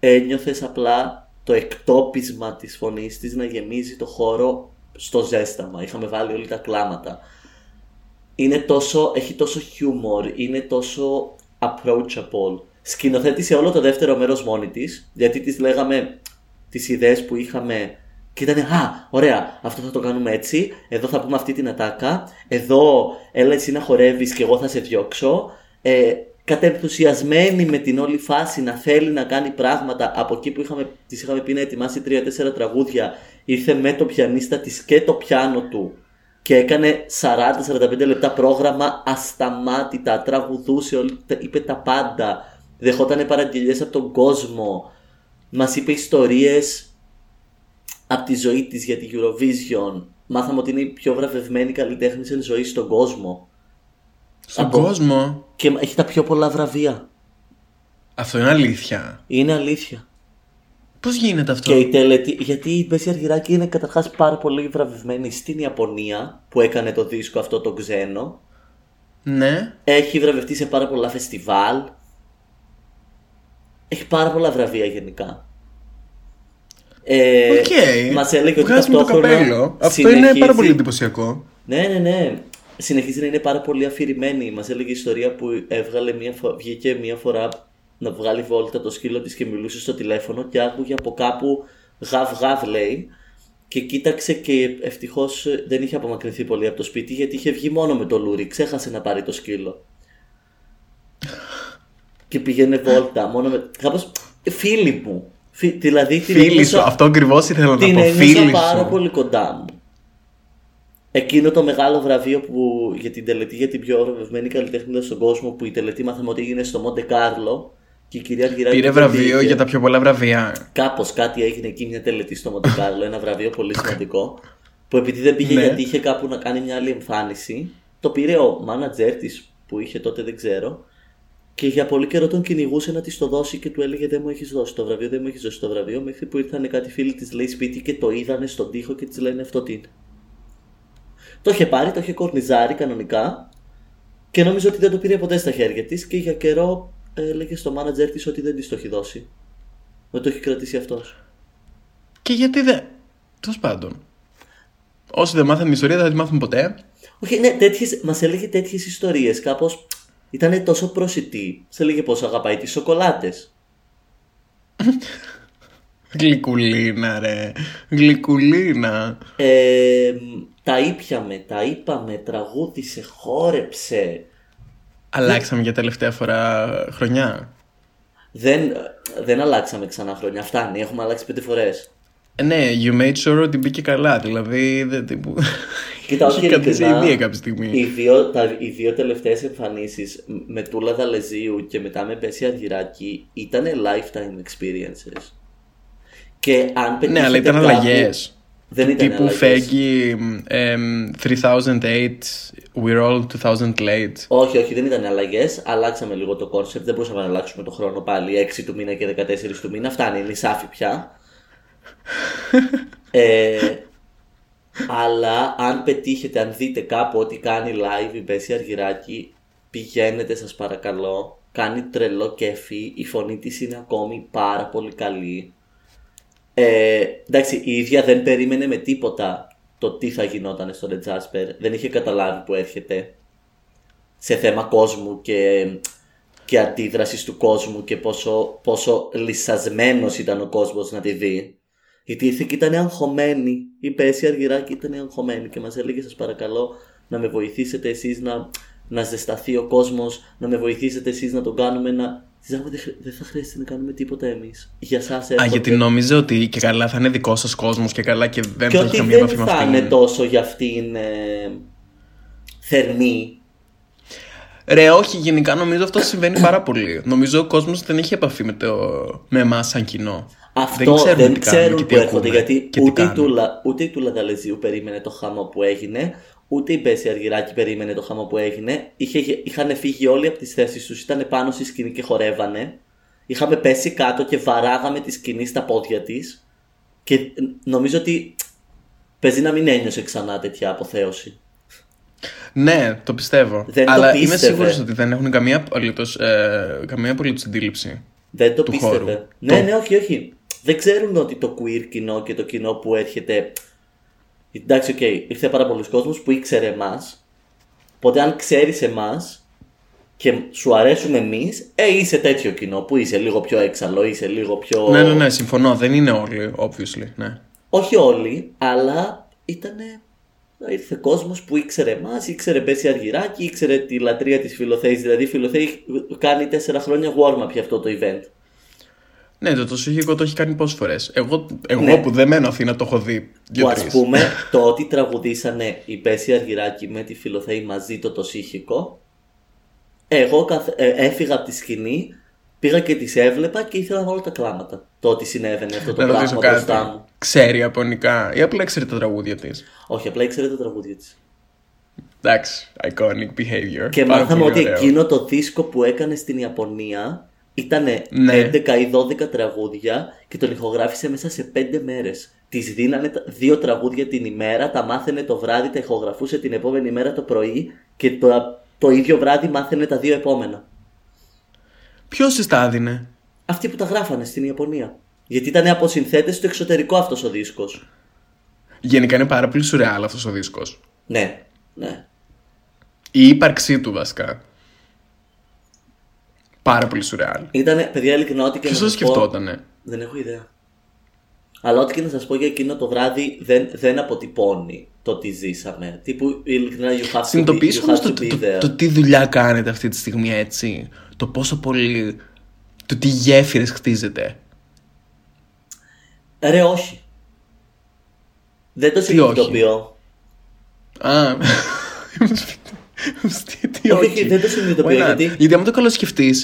Speaker 2: ένιωθες απλά το εκτόπισμα της φωνής της να γεμίζει το χώρο στο ζέσταμα. Είχαμε βάλει όλοι τα κλάματα. Είναι τόσο, έχει τόσο χιούμορ, είναι τόσο approachable. Σκηνοθέτησε όλο το δεύτερο μέρος μόνη της, γιατί της λέγαμε τις ιδέες που είχαμε και ήταν «Α, ωραία, αυτό θα το κάνουμε έτσι, εδώ θα πούμε αυτή την ατάκα, εδώ έλα εσύ να χορεύεις και εγώ θα σε διώξω». Ε, κατενθουσιασμένη με την όλη φάση να θέλει να κάνει πράγματα από εκεί που είχαμε, της είχαμε πει να ετοιμάσει τρία-τέσσερα τραγούδια ήρθε με το πιανίστα της και το πιάνο του και έκανε 40-45 λεπτά πρόγραμμα ασταμάτητα, τραγουδούσε, όλη- τα- είπε τα πάντα, δεχότανε παραγγελίες από τον κόσμο, μας είπε ιστορίες από τη ζωή της για τη Eurovision, μάθαμε ότι είναι η πιο βραβευμένη καλλιτέχνη εν ζωή στον κόσμο
Speaker 3: Στον
Speaker 2: Από-
Speaker 3: κόσμο.
Speaker 2: και έχει τα πιο πολλά βραβεία.
Speaker 3: Αυτό είναι αλήθεια.
Speaker 2: Είναι αλήθεια.
Speaker 3: Πώς γίνεται αυτό.
Speaker 2: Και η τελετή, γιατί η Μπέση Αργυράκη είναι καταρχάς πάρα πολύ βραβευμένη στην Ιαπωνία που έκανε το δίσκο αυτό το ξένο.
Speaker 3: Ναι.
Speaker 2: Έχει βραβευτεί σε πάρα πολλά φεστιβάλ. Έχει πάρα πολλά βραβεία γενικά. Ε,
Speaker 3: Οκ.
Speaker 2: Μας έλεγε ότι
Speaker 3: Βγάζουμε το
Speaker 2: ταυτόχρονα
Speaker 3: καπέλο. Αυτό είναι
Speaker 2: συνεχίζει-
Speaker 3: πάρα πολύ εντυπωσιακό.
Speaker 2: Ναι, ναι, ναι. Συνεχίζει να είναι πάρα πολύ αφηρημένη. Μας έλεγε η ιστορία που έβγαλε μια φο... βγήκε μια φορά να βγάλει βόλτα το σκύλο της και μιλούσε στο τηλέφωνο και άκουγε από κάπου γαβ γαβ λέει. Και κοίταξε και ευτυχώς δεν είχε απομακρυνθεί πολύ από το σπίτι γιατί είχε βγει μόνο με το λούρι. Ξέχασε να πάρει το σκύλο. και πήγαινε βόλτα μόνο με. Κάπως. Φίλοι μου. Φι... Δηλαδή την
Speaker 3: Φίλη
Speaker 2: ένιωσα-
Speaker 3: σου. Αυτό ακριβώς ήθελα να
Speaker 2: την
Speaker 3: πω.
Speaker 2: ένιωσα
Speaker 3: Φίλη
Speaker 2: πάρα
Speaker 3: σου.
Speaker 2: πολύ κοντά μου. Εκείνο το μεγάλο βραβείο που, για την τελετή για την πιο βραβευμένη καλλιτέχνη στον κόσμο που η τελετή μάθαμε ότι έγινε στο Μοντε Κάρλο Και η κυρία Αργυράκη.
Speaker 3: Πήρε
Speaker 2: δεν
Speaker 3: βραβείο
Speaker 2: πήγε.
Speaker 3: για τα πιο πολλά βραβεία.
Speaker 2: Κάπως κάτι έγινε εκεί, μια τελετή στο Μοντεκάρλο, ένα βραβείο πολύ σημαντικό. Που επειδή δεν πήγε
Speaker 3: Ναι.
Speaker 2: γιατί είχε κάπου να κάνει μια άλλη εμφάνιση, το πήρε ο μάνατζερ της που είχε τότε, δεν ξέρω. Και για πολύ καιρό τον κυνηγούσε να της το δώσει και του έλεγε Δεν μου έχεις δώσει το βραβείο, δεν μου έχεις δώσει το βραβείο. Μέχρι που ήρθαν κάτι φίλοι της, λέει σπίτι και το είδανε στον τοίχο και της λένε Αυτό τι είναι. Το είχε πάρει, το είχε κορνιζάρει κανονικά και νόμιζε ότι δεν το πήρε ποτέ στα χέρια της και για καιρό ε, έλεγε στο μάνατζερ της ότι δεν της το έχει δώσει. Με το έχει κρατήσει αυτός.
Speaker 3: Και γιατί δεν. Τέλος πάντων. Όσοι δεν μάθανε την ιστορία δεν θα τη μάθουν ποτέ.
Speaker 2: Όχι, ναι, τέτοιες, μας έλεγε τέτοιες ιστορίες. Κάπως ήταν τόσο προσιτή. Σε έλεγε πόσο αγαπάει τις σοκολάτες.
Speaker 3: Γλυκουλίνα, ρε. Γλυκουλίνα.
Speaker 2: Ε, τα ήπιαμε, τα είπαμε, τραγούδισε, χόρεψε.
Speaker 3: Αλλάξαμε για τελευταία φορά χρονιά.
Speaker 2: Δεν, δεν αλλάξαμε ξανά χρόνια. Φτάνει, έχουμε αλλάξει πέντε φορές.
Speaker 3: Ε, ναι, you made sure ότι μπήκε καλά. Δηλαδή, δεν τύπου.
Speaker 2: Κοίτα, όχι
Speaker 3: Είχε κρατήσει
Speaker 2: ειλικρινά,
Speaker 3: ιδέα κάποια στιγμή.
Speaker 2: Οι δύο, τα, οι δύο τελευταίες εμφανίσεις με Τούλα Δαλεζίου και μετά με Μπέση Αργυράκη ήταν lifetime experiences. Και αν πετύχετε
Speaker 3: Ναι, αλλά ήταν
Speaker 2: κάπου-
Speaker 3: αλλαγές.
Speaker 2: Δεν ήταν
Speaker 3: Τύπου
Speaker 2: αλλαγές.
Speaker 3: φέγγι εμ, 3008, we're all 2000 late.
Speaker 2: Όχι, όχι, δεν ήταν αλλαγές. Αλλάξαμε λίγο το κόνσεπτ. Δεν μπορούσαμε να αλλάξουμε το χρόνο πάλι. 6 του μήνα και 14 του μήνα. Φτάνει, είναι η σάφη πια. ε, αλλά αν πετύχετε, αν δείτε κάπου ότι κάνει live η Μπέση Αργυράκη, πηγαίνετε σας παρακαλώ. Κάνει τρελό κέφι. Η φωνή της είναι ακόμη πάρα πολύ καλή. Ε, εντάξει, η ίδια δεν περίμενε με τίποτα το τι θα γινόταν στο Red Jasper. Δεν είχε καταλάβει που έρχεται σε θέμα κόσμου και, και αντίδρασης του κόσμου και πόσο, πόσο λυσασμένος ήταν ο κόσμος να τη δει. Γιατί ήρθε και ήταν αγχωμένη. Η Πέση Αργυράκη ήταν αγχωμένη και μας έλεγε σας παρακαλώ να με βοηθήσετε εσείς να, να ζεσταθεί ο κόσμος, να με βοηθήσετε εσείς να τον κάνουμε να... Της λέγαμε, «Δεν χρ- δεν θα χρειάζεται να κάνουμε τίποτα εμείς. Για σας
Speaker 3: Α,
Speaker 2: έρχονται».
Speaker 3: γιατί νόμιζε ότι και καλά θα είναι δικός σας κόσμος και καλά και δεν
Speaker 2: Και
Speaker 3: θα έχει
Speaker 2: ότι
Speaker 3: καμία
Speaker 2: δεν
Speaker 3: επαφή με
Speaker 2: θα
Speaker 3: αυτήν.
Speaker 2: είναι τόσο για αυτήν ε, θερμή
Speaker 3: Ρε, όχι, γενικά νομίζω αυτό συμβαίνει πάρα πολύ. Νομίζω ο κόσμος δεν έχει επαφή με, το... με εμάς σαν κοινό.
Speaker 2: Αυτό δεν ξέρουν,
Speaker 3: τι κάνουμε και τι
Speaker 2: που έρχονται
Speaker 3: ακούμε
Speaker 2: γιατί
Speaker 3: και τι
Speaker 2: ούτε η,
Speaker 3: κάνουν.
Speaker 2: τούλα, ούτε η Τούλα Δαλεζίου περίμενε το χαμό που έγινε, ούτε η Μπέση Αργυράκη περίμενε το χαμό που έγινε. Είχε, είχαν φύγει όλοι από τις θέσεις τους, ήταν πάνω στη σκηνή και χορεύανε. Είχαμε πέσει κάτω και βαράγαμε τη σκηνή στα πόδια της. Και ε, νομίζω ότι παίζει να μην ένιωσε ξανά τέτοια αποθέωση.
Speaker 3: Ναι, το πιστεύω.
Speaker 2: Δεν το
Speaker 3: Αλλά είμαι
Speaker 2: πίστευε.
Speaker 3: σίγουρος ότι δεν έχουν καμία απολύτως, ε, καμία απολύτως αντίληψη.
Speaker 2: Δεν το
Speaker 3: του
Speaker 2: πίστευε.
Speaker 3: χώρου.
Speaker 2: Ναι,
Speaker 3: Το-
Speaker 2: ναι, όχι, όχι. Δεν ξέρουν ότι το queer κοινό και το κοινό που έρχεται. Εντάξει, οκ, ήρθε πάρα πολλοί κόσμος που ήξερε εμάς. Οπότε, αν ξέρεις εμάς και σου αρέσουμε εμείς, ε, είσαι τέτοιο κοινό που είσαι λίγο πιο έξαλλο, είσαι λίγο πιο.
Speaker 3: Ναι, ναι, ναι, συμφωνώ. Δεν είναι όλοι, obviously. Ναι.
Speaker 2: Όχι όλοι, αλλά ήτανε... Ήρθε κόσμος που ήξερε εμάς, ήξερε Μπέση Αργυράκη, ήξερε τη λατρεία της Φιλοθέης. Δηλαδή, η Φιλοθέη κάνει τέσσερα χρόνια warm-up για αυτό το event.
Speaker 3: Ναι, το, το συγχύγω το έχει κάνει πόσες φορές. Εγώ, εγώ
Speaker 2: Ναι.
Speaker 3: που δεν μένω Αθήνα το έχω δει.
Speaker 2: Που
Speaker 3: Δύο,
Speaker 2: ας πούμε το ότι τραγουδήσανε η Πέση Αργυράκη με τη Φιλοθέη μαζί το το σύχικο Εγώ καθ- ε, έφυγα από τη σκηνή, πήγα και τις έβλεπα και ήθελα να βάλω τα κλάματα Το ότι συνέβαινε αυτό το
Speaker 3: Να ρωτήσω
Speaker 2: πράγμα
Speaker 3: κάτι.
Speaker 2: μπροστά μου
Speaker 3: Ξέρει Ιαπωνικά ή απλά ξέρει τα τραγούδια της.
Speaker 2: Όχι απλά ήξερε τα τραγούδια της
Speaker 3: Εντάξει, iconic behavior.
Speaker 2: Και
Speaker 3: Πάρα
Speaker 2: μάθαμε
Speaker 3: πολύ
Speaker 2: ότι
Speaker 3: ωραίο.
Speaker 2: εκείνο το δίσκο που έκανε στην Ιαπωνία ήταν
Speaker 3: Ναι.
Speaker 2: 11 ή 12 τραγούδια και τον ηχογράφησε μέσα σε 5 μέρες. Της δίνανε τα- δύο τραγούδια την ημέρα, τα μάθαινε το βράδυ, τα ηχογραφούσε την επόμενη μέρα το πρωί και το, το ίδιο βράδυ μάθαινε τα δύο επόμενα.
Speaker 3: Ποιος τη τα έδινε.
Speaker 2: Αυτοί που τα γράφανε στην Ιαπωνία. Γιατί ήταν από συνθέτε στο εξωτερικό αυτός ο δίσκος.
Speaker 3: Γενικά είναι πάρα πολύ σουρεάλ αυτός ο δίσκος.
Speaker 2: Ναι, ναι.
Speaker 3: Η ύπαρξή του βασικά. Πάρα πολύ σουρεάλ.
Speaker 2: Ήτανε, παιδιά, ειλικρινά, ό,τι και
Speaker 3: Ποιος
Speaker 2: να
Speaker 3: το
Speaker 2: σας πω-
Speaker 3: σκεφτότανε.
Speaker 2: Δεν έχω ιδέα. Αλλά ό,τι και να σας πω για εκείνο το βράδυ δεν, δεν αποτυπώνει το τι ζήσαμε. Τύπου ειλικρινά, you have to be,
Speaker 3: Συνειδητοποιήσει
Speaker 2: you
Speaker 3: όμω
Speaker 2: have
Speaker 3: το,
Speaker 2: to
Speaker 3: το,
Speaker 2: be
Speaker 3: το,
Speaker 2: there.
Speaker 3: τι δουλειά κάνετε αυτή τη στιγμή έτσι. Το πόσο πολύ. Το τι γέφυρες χτίζετε.
Speaker 2: Ρε, όχι. Δεν το συνειδητοποιώ.
Speaker 3: Α. ήμουν σπίτι- Τι,
Speaker 2: Όχι,
Speaker 3: όχι.
Speaker 2: δεν το συνειδητοποιώ,
Speaker 3: Why not?
Speaker 2: γιατί-
Speaker 3: Γιατί άμα το καλοσκεφτείς,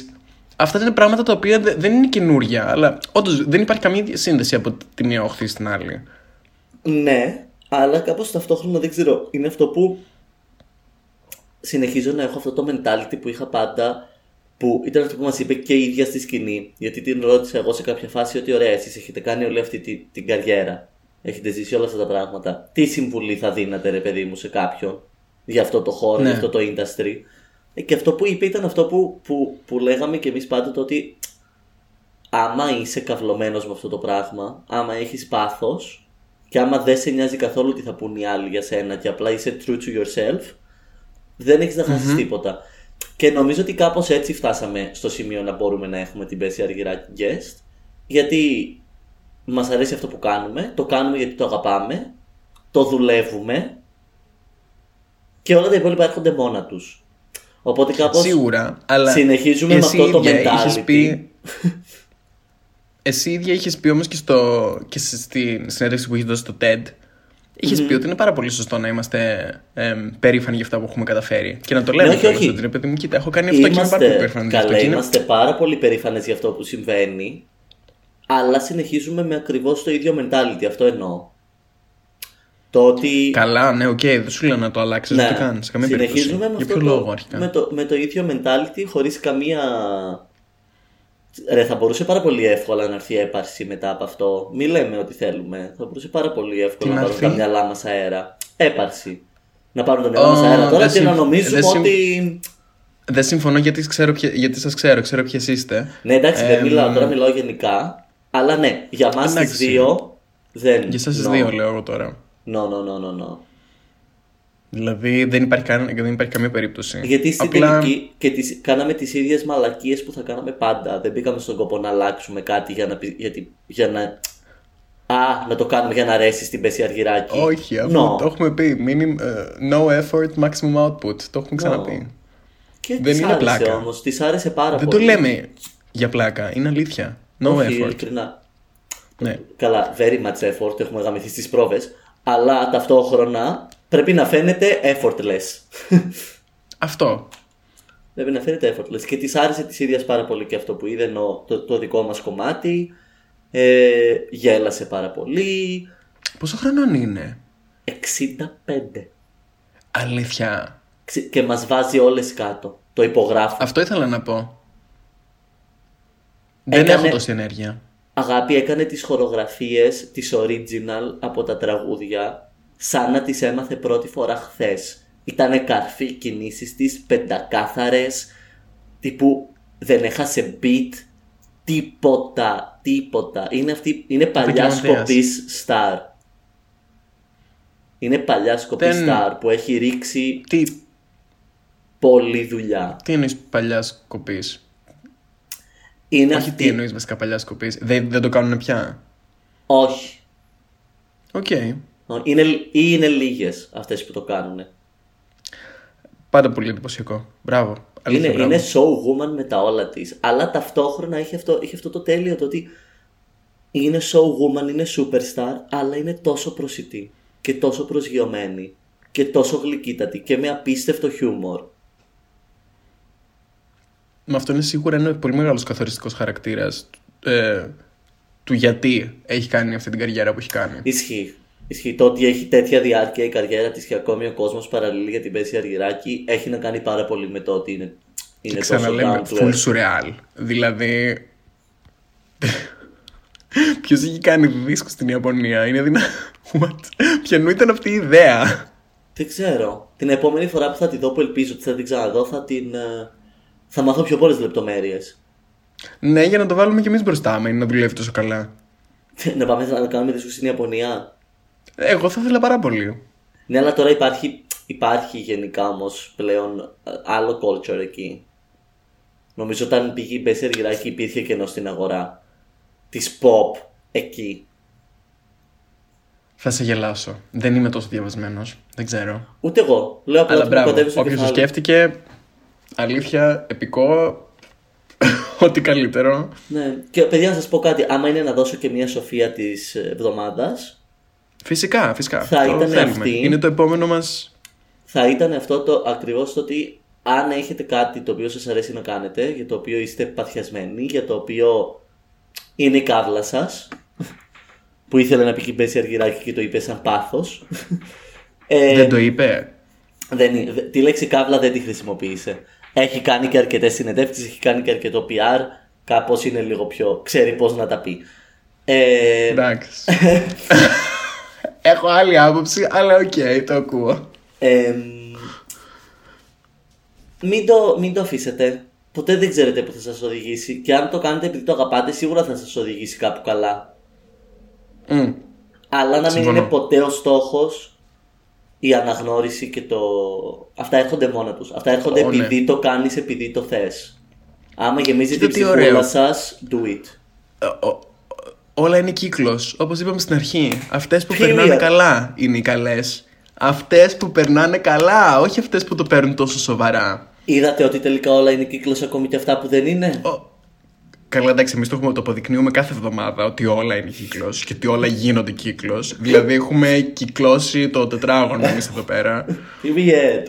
Speaker 3: Αυτά είναι πράγματα τα οποία δε- δεν είναι καινούρια, αλλά όντως δεν υπάρχει καμία σύνδεση από τη μία όχθη στην άλλη.
Speaker 2: Ναι, αλλά κάπως ταυτόχρονα δεν ξέρω. Είναι αυτό που συνεχίζω να έχω αυτό το mentality που είχα πάντα που ήταν αυτό που μας είπε και η ίδια στη σκηνή. Γιατί την ρώτησα εγώ σε κάποια φάση ότι ωραία, εσείς έχετε κάνει όλη αυτή τη- την καριέρα. Έχετε ζήσει όλα αυτά τα πράγματα. Τι συμβουλή θα δίνατε ρε παιδί μου σε κάποιον για αυτό το χώρο,
Speaker 3: Ναι.
Speaker 2: για αυτό το industry. Ε, Και αυτό που είπε ήταν αυτό που, που, που λέγαμε και εμείς πάντα το ότι άμα είσαι καυλωμένος με αυτό το πράγμα, άμα έχεις πάθος και άμα δεν σε νοιάζει καθόλου τι θα πούν οι άλλοι για σένα και απλά είσαι true to yourself, δεν έχεις να χασεις τίποτα. Και νομίζω ότι κάπως έτσι φτάσαμε στο σημείο να μπορούμε να έχουμε την Πέση Αργυρά guest, γιατί μας αρέσει αυτό που κάνουμε, το κάνουμε γιατί το αγαπάμε, το δουλεύουμε και όλα τα υπόλοιπα έρχονται μόνα τους. Οπότε κάπως...
Speaker 3: Σίγουρα, αλλά.
Speaker 2: συνεχίζουμε με
Speaker 3: εσύ
Speaker 2: αυτό το
Speaker 3: ίδια είχες
Speaker 2: mentality.
Speaker 3: πει- εσύ ίδια είχες πει όμως και, στο... και στη συνέντευξη που είχε δώσει στο TED. ειχε πει ότι είναι πάρα πολύ σωστό να είμαστε εμ, περήφανοι για αυτά που έχουμε καταφέρει. Και να το λέμε
Speaker 2: Ναι, όχι,
Speaker 3: κιόλας,
Speaker 2: όχι.
Speaker 3: ότι ρε παιδί μου, κοίτα, έχω κάνει αυτό και είμαι πάρα πολύ περήφανος γι' αυτό.
Speaker 2: καλά,
Speaker 3: και είναι-
Speaker 2: είμαστε πάρα πολύ περήφανες για αυτό που συμβαίνει, αλλά συνεχίζουμε με ακριβώς το ίδιο mentality, αυτό εννοώ. Το ότι...
Speaker 3: Καλά, ναι, οκ, δεν σου λέω να το αλλάξεις,
Speaker 2: ναι,
Speaker 3: δεν το κάνεις. Καμία περίπτωση.
Speaker 2: συνεχίζουμε με,
Speaker 3: Για
Speaker 2: αυτό
Speaker 3: ποιο
Speaker 2: το,
Speaker 3: λόγο αρχικά.
Speaker 2: με, το, με το ίδιο mentality χωρίς καμία... Ρε, θα μπορούσε πάρα πολύ εύκολα να έρθει η έπαρση μετά από αυτό. Μη λέμε ότι θέλουμε. Θα μπορούσε πάρα πολύ εύκολα
Speaker 3: Τι
Speaker 2: να
Speaker 3: να
Speaker 2: πάρουν τα
Speaker 3: έρθει?
Speaker 2: μυαλά μας αέρα. Έπαρση. Να πάρουν τα μυαλά μας
Speaker 3: Ω,
Speaker 2: αέρα τώρα
Speaker 3: δεν
Speaker 2: και να
Speaker 3: συμφ-
Speaker 2: νομίζουμε
Speaker 3: δεν συμφ-
Speaker 2: ότι...
Speaker 3: Δεν συμφωνώ γιατί, ξέρω ποια- γιατί σας ξέρω, ξέρω ποιες είστε.
Speaker 2: Ναι, εντάξει, δεν
Speaker 3: Εμ,
Speaker 2: μιλάω τώρα, μιλάω γενικά. Αλλά ναι, για εμά τι
Speaker 3: Εντάξει.
Speaker 2: δύο δεν.
Speaker 3: Για εσάς τις
Speaker 2: no.
Speaker 3: δύο, λέω εγώ τώρα.
Speaker 2: No, no, no, no, no.
Speaker 3: Δηλαδή δεν υπάρχει, καν, δεν υπάρχει καμία περίπτωση.
Speaker 2: Γιατί στην
Speaker 3: Απλά,
Speaker 2: τελική και τις, κάναμε τις ίδιες μαλακίες που θα κάναμε πάντα. Δεν μπήκαμε στον κόπο να αλλάξουμε κάτι για να. πει- Γιατί, για να... Α, να το κάνουμε για να αρέσει στην Πέση Αργυράκη.
Speaker 3: Όχι, αφού
Speaker 2: No.
Speaker 3: το έχουμε πει. Minim, ε, no effort, maximum output. Το έχουμε ξαναπεί.
Speaker 2: Και
Speaker 3: δεν
Speaker 2: της
Speaker 3: είναι
Speaker 2: άρεσε
Speaker 3: πλάκα.
Speaker 2: όμως, της άρεσε πάρα
Speaker 3: Δεν το
Speaker 2: πολύ.
Speaker 3: λέμε για πλάκα, είναι αλήθεια. No
Speaker 2: Όχι,
Speaker 3: effort.
Speaker 2: ειλικρινά.
Speaker 3: Ναι.
Speaker 2: Καλά, very much effort, έχουμε γαμηθεί στις πρόβες. Αλλά ταυτόχρονα πρέπει να φαίνεται effortless.
Speaker 3: Αυτό.
Speaker 2: Πρέπει να φαίνεται effortless. Και της άρεσε της ίδιας πάρα πολύ και αυτό που είδε, ενώ το, το δικό μας κομμάτι. Ε, γέλασε πάρα πολύ.
Speaker 3: Πόσο χρονών είναι.
Speaker 2: 65.
Speaker 3: Αλήθεια.
Speaker 2: Ξε- Και μας βάζει όλες κάτω. Το υπογράφω.
Speaker 3: Αυτό ήθελα να πω. Δεν
Speaker 2: Έκανε-
Speaker 3: έχω τόση ενέργεια.
Speaker 2: Αγάπη έκανε τις χορογραφίες της original από τα τραγούδια σαν να τις έμαθε πρώτη φορά χθες. Ήτανε καρφή οι κινήσεις της, πεντακάθαρες, τύπου δεν έχασε beat, τίποτα, τίποτα. Είναι, αυτή, είναι παλιά
Speaker 3: Επαγγελματίας.
Speaker 2: σκοπής star. Είναι παλιά σκοπής
Speaker 3: Δεν-
Speaker 2: star που έχει ρίξει
Speaker 3: Τι,
Speaker 2: πολλή δουλειά.
Speaker 3: τι εννοεί παλιά κοπή.
Speaker 2: Είναι
Speaker 3: Όχι, τι
Speaker 2: αυτή...
Speaker 3: εννοείς βασικά παλιά κοπή. Δεν, δεν το κάνουν πια.
Speaker 2: Όχι.
Speaker 3: Οκ.
Speaker 2: Είναι, ή είναι λίγες αυτές που το κάνουν.
Speaker 3: Πάρα πολύ εντυπωσιακό. Μπράβο.
Speaker 2: Είναι,
Speaker 3: Αλήθεια, μπράβο.
Speaker 2: είναι showwoman με τα όλα της. Αλλά ταυτόχρονα έχει αυτό, έχει αυτό το τέλειο το ότι είναι showwoman, είναι superstar, αλλά είναι τόσο προσιτή και τόσο προσγειωμένη και τόσο γλυκύτατη και με απίστευτο χιούμορ.
Speaker 3: Με αυτό είναι σίγουρα ένα πολύ μεγάλος καθοριστικός χαρακτήρας ε, του γιατί έχει κάνει αυτή την καριέρα που έχει κάνει.
Speaker 2: Ισχύει. Ισχύει. Το ότι έχει τέτοια διάρκεια η καριέρα της και ακόμη ο κόσμος παραλληλεί για την Πέση Αργυράκη έχει να κάνει πάρα πολύ με το ότι είναι, είναι
Speaker 3: Και
Speaker 2: τόσο
Speaker 3: ξαναλέμε,
Speaker 2: down to
Speaker 3: full
Speaker 2: earth.
Speaker 3: surreal. Δηλαδή. Ποιος έχει κάνει δίσκο στην Ιαπωνία, είναι δυνατόν. What? Ποιανού ήταν αυτή η ιδέα.
Speaker 2: Δεν ξέρω. Την επόμενη φορά που θα τη δω, που ελπίζω ότι θα την ξαναδώ, θα την. ε, Θα μάθω πιο πολλές λεπτομέρειες.
Speaker 3: Ναι, για να το βάλουμε κι εμείς μπροστά, άμα είναι να δουλεύει τόσο καλά.
Speaker 2: να πάμε να κάνουμε δίσκο στην Ιαπωνία.
Speaker 3: Εγώ θα ήθελα πάρα πολύ.
Speaker 2: Ναι, αλλά τώρα υπάρχει, υπάρχει γενικά όμως πλέον ε, άλλο culture εκεί. Νομίζω όταν πήγε η Μπέση Αργυράκη υπήρχε κενό στην αγορά. Της pop εκεί.
Speaker 3: Θα σε γελάσω. Δεν είμαι τόσο διαβασμένος. Δεν ξέρω.
Speaker 2: Ούτε εγώ. Λέω απλά
Speaker 3: Αλλά
Speaker 2: ότι μου
Speaker 3: μπράβο.
Speaker 2: κατέβει στο
Speaker 3: Όποιος το
Speaker 2: κεφάλι.
Speaker 3: σκέφτηκε. Αλήθεια, επικό. Ό,τι καλύτερο.
Speaker 2: Ναι. Και παιδιά, να σας πω κάτι. Άμα είναι να δώσω και μια σοφία της εβδομάδας,
Speaker 3: Φυσικά, φυσικά.
Speaker 2: Θα
Speaker 3: Αυτό
Speaker 2: ήταν
Speaker 3: θέλουμε.
Speaker 2: αυτή.
Speaker 3: Είναι το επόμενο μας.
Speaker 2: θα ήταν αυτό το ακριβώς το ότι αν έχετε κάτι το οποίο σας αρέσει να κάνετε, για το οποίο είστε παθιασμένοι, για το οποίο είναι η κάβλα σας, που ήθελε να πει και η Μπέση Αργυράκη και το είπε σαν πάθος. Ε,
Speaker 3: Δεν το είπε.
Speaker 2: δεν είναι- δε- τη λέξη καύλα δεν τη χρησιμοποίησε. Έχει κάνει και αρκετές συνεντεύξεις, έχει κάνει και αρκετό PR. Κάπως είναι λίγο πιο. ξέρει πώς να τα πει. Ε,
Speaker 3: Εντάξει. Έχω άλλη άποψη, αλλά οκ, το ακούω.
Speaker 2: ε, μην, το, μην το αφήσετε. Ποτέ δεν ξέρετε που θα σας οδηγήσει. Και αν το κάνετε επειδή το αγαπάτε, σίγουρα θα σας οδηγήσει κάπου καλά.
Speaker 3: Μμ.
Speaker 2: Αλλά να μην
Speaker 3: Συμφωνώ.
Speaker 2: είναι ποτέ ο στόχος η αναγνώριση και το. Αυτά έρχονται μόνα τους. Αυτά έρχονται
Speaker 3: Ω, ναι.
Speaker 2: επειδή το κάνεις, επειδή το θες. Άμα γεμίζεις
Speaker 3: Κοίτα
Speaker 2: την
Speaker 3: τι ωραίο.
Speaker 2: ψυχούλα σας, do it.
Speaker 3: Ε, Ο- ο- όλα είναι κύκλος, όπως είπαμε στην αρχή. Αυτές που
Speaker 2: Period.
Speaker 3: περνάνε καλά είναι οι καλές. Αυτές που περνάνε καλά, όχι αυτές που το παίρνουν τόσο σοβαρά.
Speaker 2: Είδατε ότι τελικά όλα είναι κύκλος ακόμη και αυτά που δεν είναι.
Speaker 3: Ο- Καλά, εντάξει, εμείς το, έχουμε- το αποδεικνύουμε κάθε εβδομάδα ότι όλα είναι κύκλος και ότι όλα γίνονται κύκλος. δηλαδή, έχουμε κυκλώσει το τετράγωνο εμείς εδώ πέρα.
Speaker 2: Period.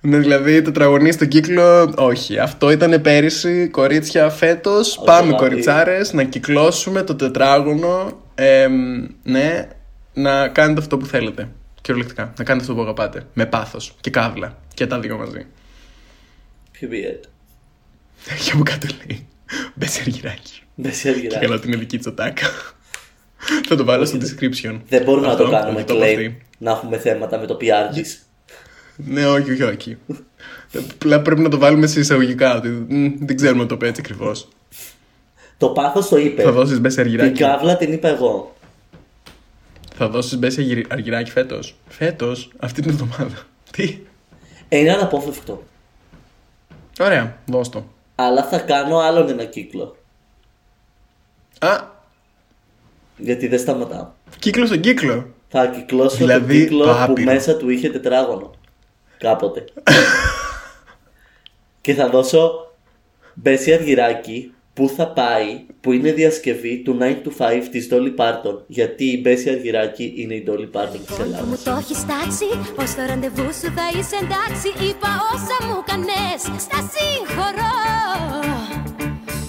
Speaker 3: Ναι, δηλαδή, τετραγωνί στον κύκλο, όχι. Αυτό ήταν πέρυσι, κορίτσια φέτος. Πάμε,
Speaker 2: δηλαδή.
Speaker 3: κοριτσάρες, να κυκλώσουμε το τετράγωνο. Εμ, ναι, να κάνετε αυτό που θέλετε. Κυριολεκτικά. Να κάνετε αυτό που αγαπάτε. Με πάθος και καύλα. Και τα δύο μαζί.
Speaker 2: Period.
Speaker 3: Για μου κάτω λέει. Μπε σε αργυράκι.
Speaker 2: Δεν σε αργυρά.
Speaker 3: Καλά, την δική της ατάκα. Θα το βάλω στο description.
Speaker 2: Δεν μπορούμε
Speaker 3: Αυτό,
Speaker 2: να το κάνουμε
Speaker 3: αυτό από
Speaker 2: claim.
Speaker 3: αυτή.
Speaker 2: Να έχουμε θέματα με το PR της.
Speaker 3: Ναι, όχι, όχι, όχι. Απλά πρέπει να το βάλουμε σε εισαγωγικά. ότι, μ, Δεν ξέρουμε να το πει έτσι ακριβώς.
Speaker 2: Το πάθος το
Speaker 3: Θα
Speaker 2: είπε.
Speaker 3: δώσει μπέση
Speaker 2: Την
Speaker 3: αργυράκι.
Speaker 2: καύλα την είπα εγώ.
Speaker 3: Θα δώσεις μπέση αργυ- αργυράκι φέτος. Φέτος, αυτή την εβδομάδα. Τι.
Speaker 2: Ε, Είναι αναπόφευκτο.
Speaker 3: Ωραία, δώσ' το.
Speaker 2: Αλλά θα κάνω άλλον ένα κύκλο.
Speaker 3: Α,
Speaker 2: Γιατί δεν σταματάω.
Speaker 3: κύκλο στον κύκλο.
Speaker 2: Θα κυκλώσω
Speaker 3: Δηλαδή,
Speaker 2: το κύκλο
Speaker 3: το
Speaker 2: που
Speaker 3: άπειρο.
Speaker 2: μέσα του είχε τετράγωνο. Κάποτε. και θα δώσω Μπέση Αργυράκη που θα πάει, που είναι διασκευή του 9 to 5 της Dolly Parton. Γιατί η Μπέση Αργυράκη είναι η Dolly Parton
Speaker 4: Λοιπόν,
Speaker 2: της
Speaker 4: που μου
Speaker 2: Ελλάδας.
Speaker 4: το έχει τάξει, πω στο ραντεβού σου θα είσαι εντάξει. Είπα όσα μου κανέ, στα συγχωρώ.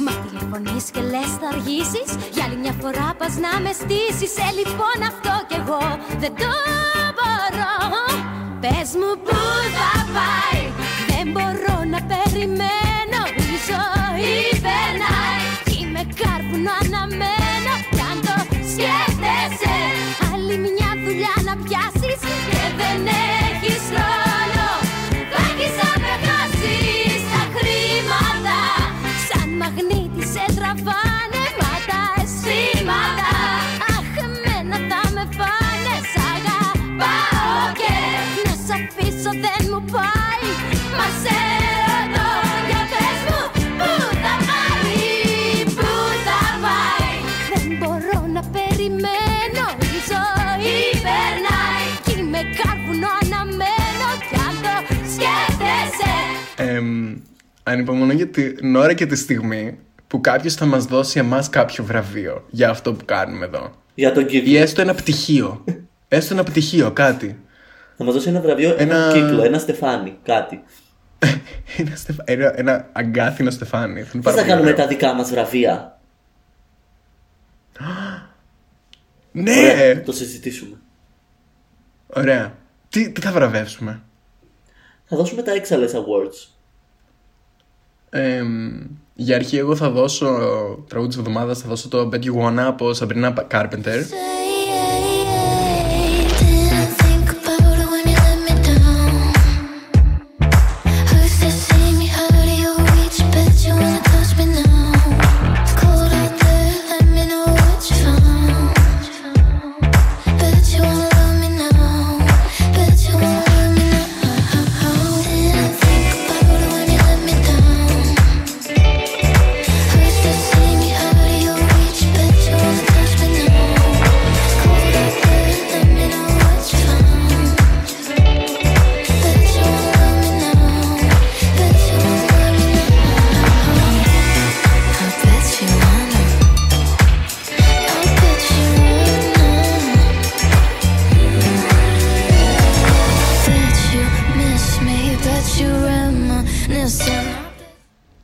Speaker 4: Μα τηλεφωνείς και λες θα αργήσεις. Για άλλη μια φορά πας να με στήσεις. Ε, λοιπόν, αυτό κι εγώ δεν το μπορώ. Πες μου πού θα πάει, δεν μπορώ να περιμένω. Η ζωή περνάει κι με κάρβουνο αναμένω. Κι αν το σκέφτεσαι, άλλη μια δουλειά να πιάσεις και δεν έχεις χρόνο. Θα έχεις απεχάσεις τα χρήματα. Σαν μαγνήτη σε τραβάνε μα τα αισθήματα. Αχ, εμένα θα με πάνε σ' αγαπάω και να σ' αφήσω δεν μου πάει. Μα σε ρωτώ για πες μου πού θα πάει, πού θα πάει. Δεν μπορώ να περιμένω, η ζωή περνάει κι με κάρβουνο αναμένω κι αν το σκέφτεσαι
Speaker 3: Εμ, ανυπομονώ για την ώρα και τη στιγμή που κάποιος θα μας δώσει εμάς κάποιο βραβείο για αυτό που κάνουμε εδώ.
Speaker 2: Για τον κύκλο.
Speaker 3: Ή έστω ένα πτυχίο. έστω ένα πτυχίο, κάτι.
Speaker 2: Θα μας δώσει ένα βραβείο, ένα...
Speaker 3: Ένα-
Speaker 2: κύκλο, ένα στεφάνι, κάτι.
Speaker 3: ένα, στεφα... ένα, ένα αγκάθινο στεφάνι. Θα είναι
Speaker 2: Πώς
Speaker 3: πάρα
Speaker 2: θα
Speaker 3: πολύ
Speaker 2: κάνουμε
Speaker 3: ωραίο.
Speaker 2: τα δικά μας βραβεία.
Speaker 3: Ναι!
Speaker 2: Ωραία, το συζητήσουμε.
Speaker 3: Ωραία. Τι, τι θα βραβεύσουμε.
Speaker 2: Θα δώσουμε τα Excellence Awards.
Speaker 3: Ε, για αρχή εγώ θα δώσω τραγούδι της εβδομάδας, θα δώσω το Bet You Wanna από Sabrina Carpenter.
Speaker 4: Didn't think about it when you let me down. Who's to see me out of your reach? Bet you wanna touch me now. It's cold out there. Let me know what you found. Bet you wanna love me now. Bet you wanna love me now. Didn't think about it when you let me down. Who's to see me out of your reach? Bet you wanna touch me now.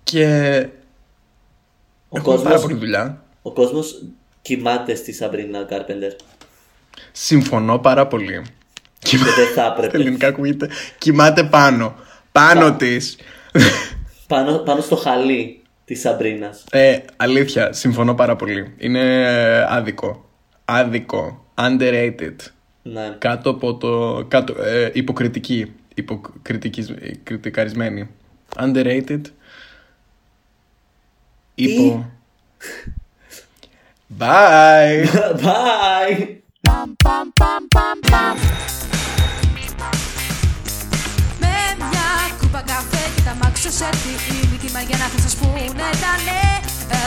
Speaker 3: Και. Ο Έχουμε
Speaker 2: κόσμος-
Speaker 3: πάρα πολύ δουλειά.
Speaker 2: Ο κόσμος κοιμάται στη Σαμπρίνα Κάρπεντερ.
Speaker 3: Συμφωνώ πάρα πολύ. Και
Speaker 2: δεν θα έπρεπε.
Speaker 3: Ελληνικά ακούγεται. Κοιμάται πάνω. Πάνω της.
Speaker 2: Πάνω, πάνω στο χαλί της Σαμπρίνα.
Speaker 3: Ε, αλήθεια, συμφωνώ πάρα πολύ. Είναι ε, άδικο. Άδικο. Underrated.
Speaker 2: Ναι.
Speaker 3: Κάτω από το. Κάτω, ε, υποκριτική. Υποκριτικισ- Κριτικαρισμένη. Underrated. Υπο. Bye.
Speaker 2: Bye!
Speaker 1: Με μια κούπα καφέ και τα μάξω σε τη μυκήμα για να θα σας πούνε τα ναι Ε,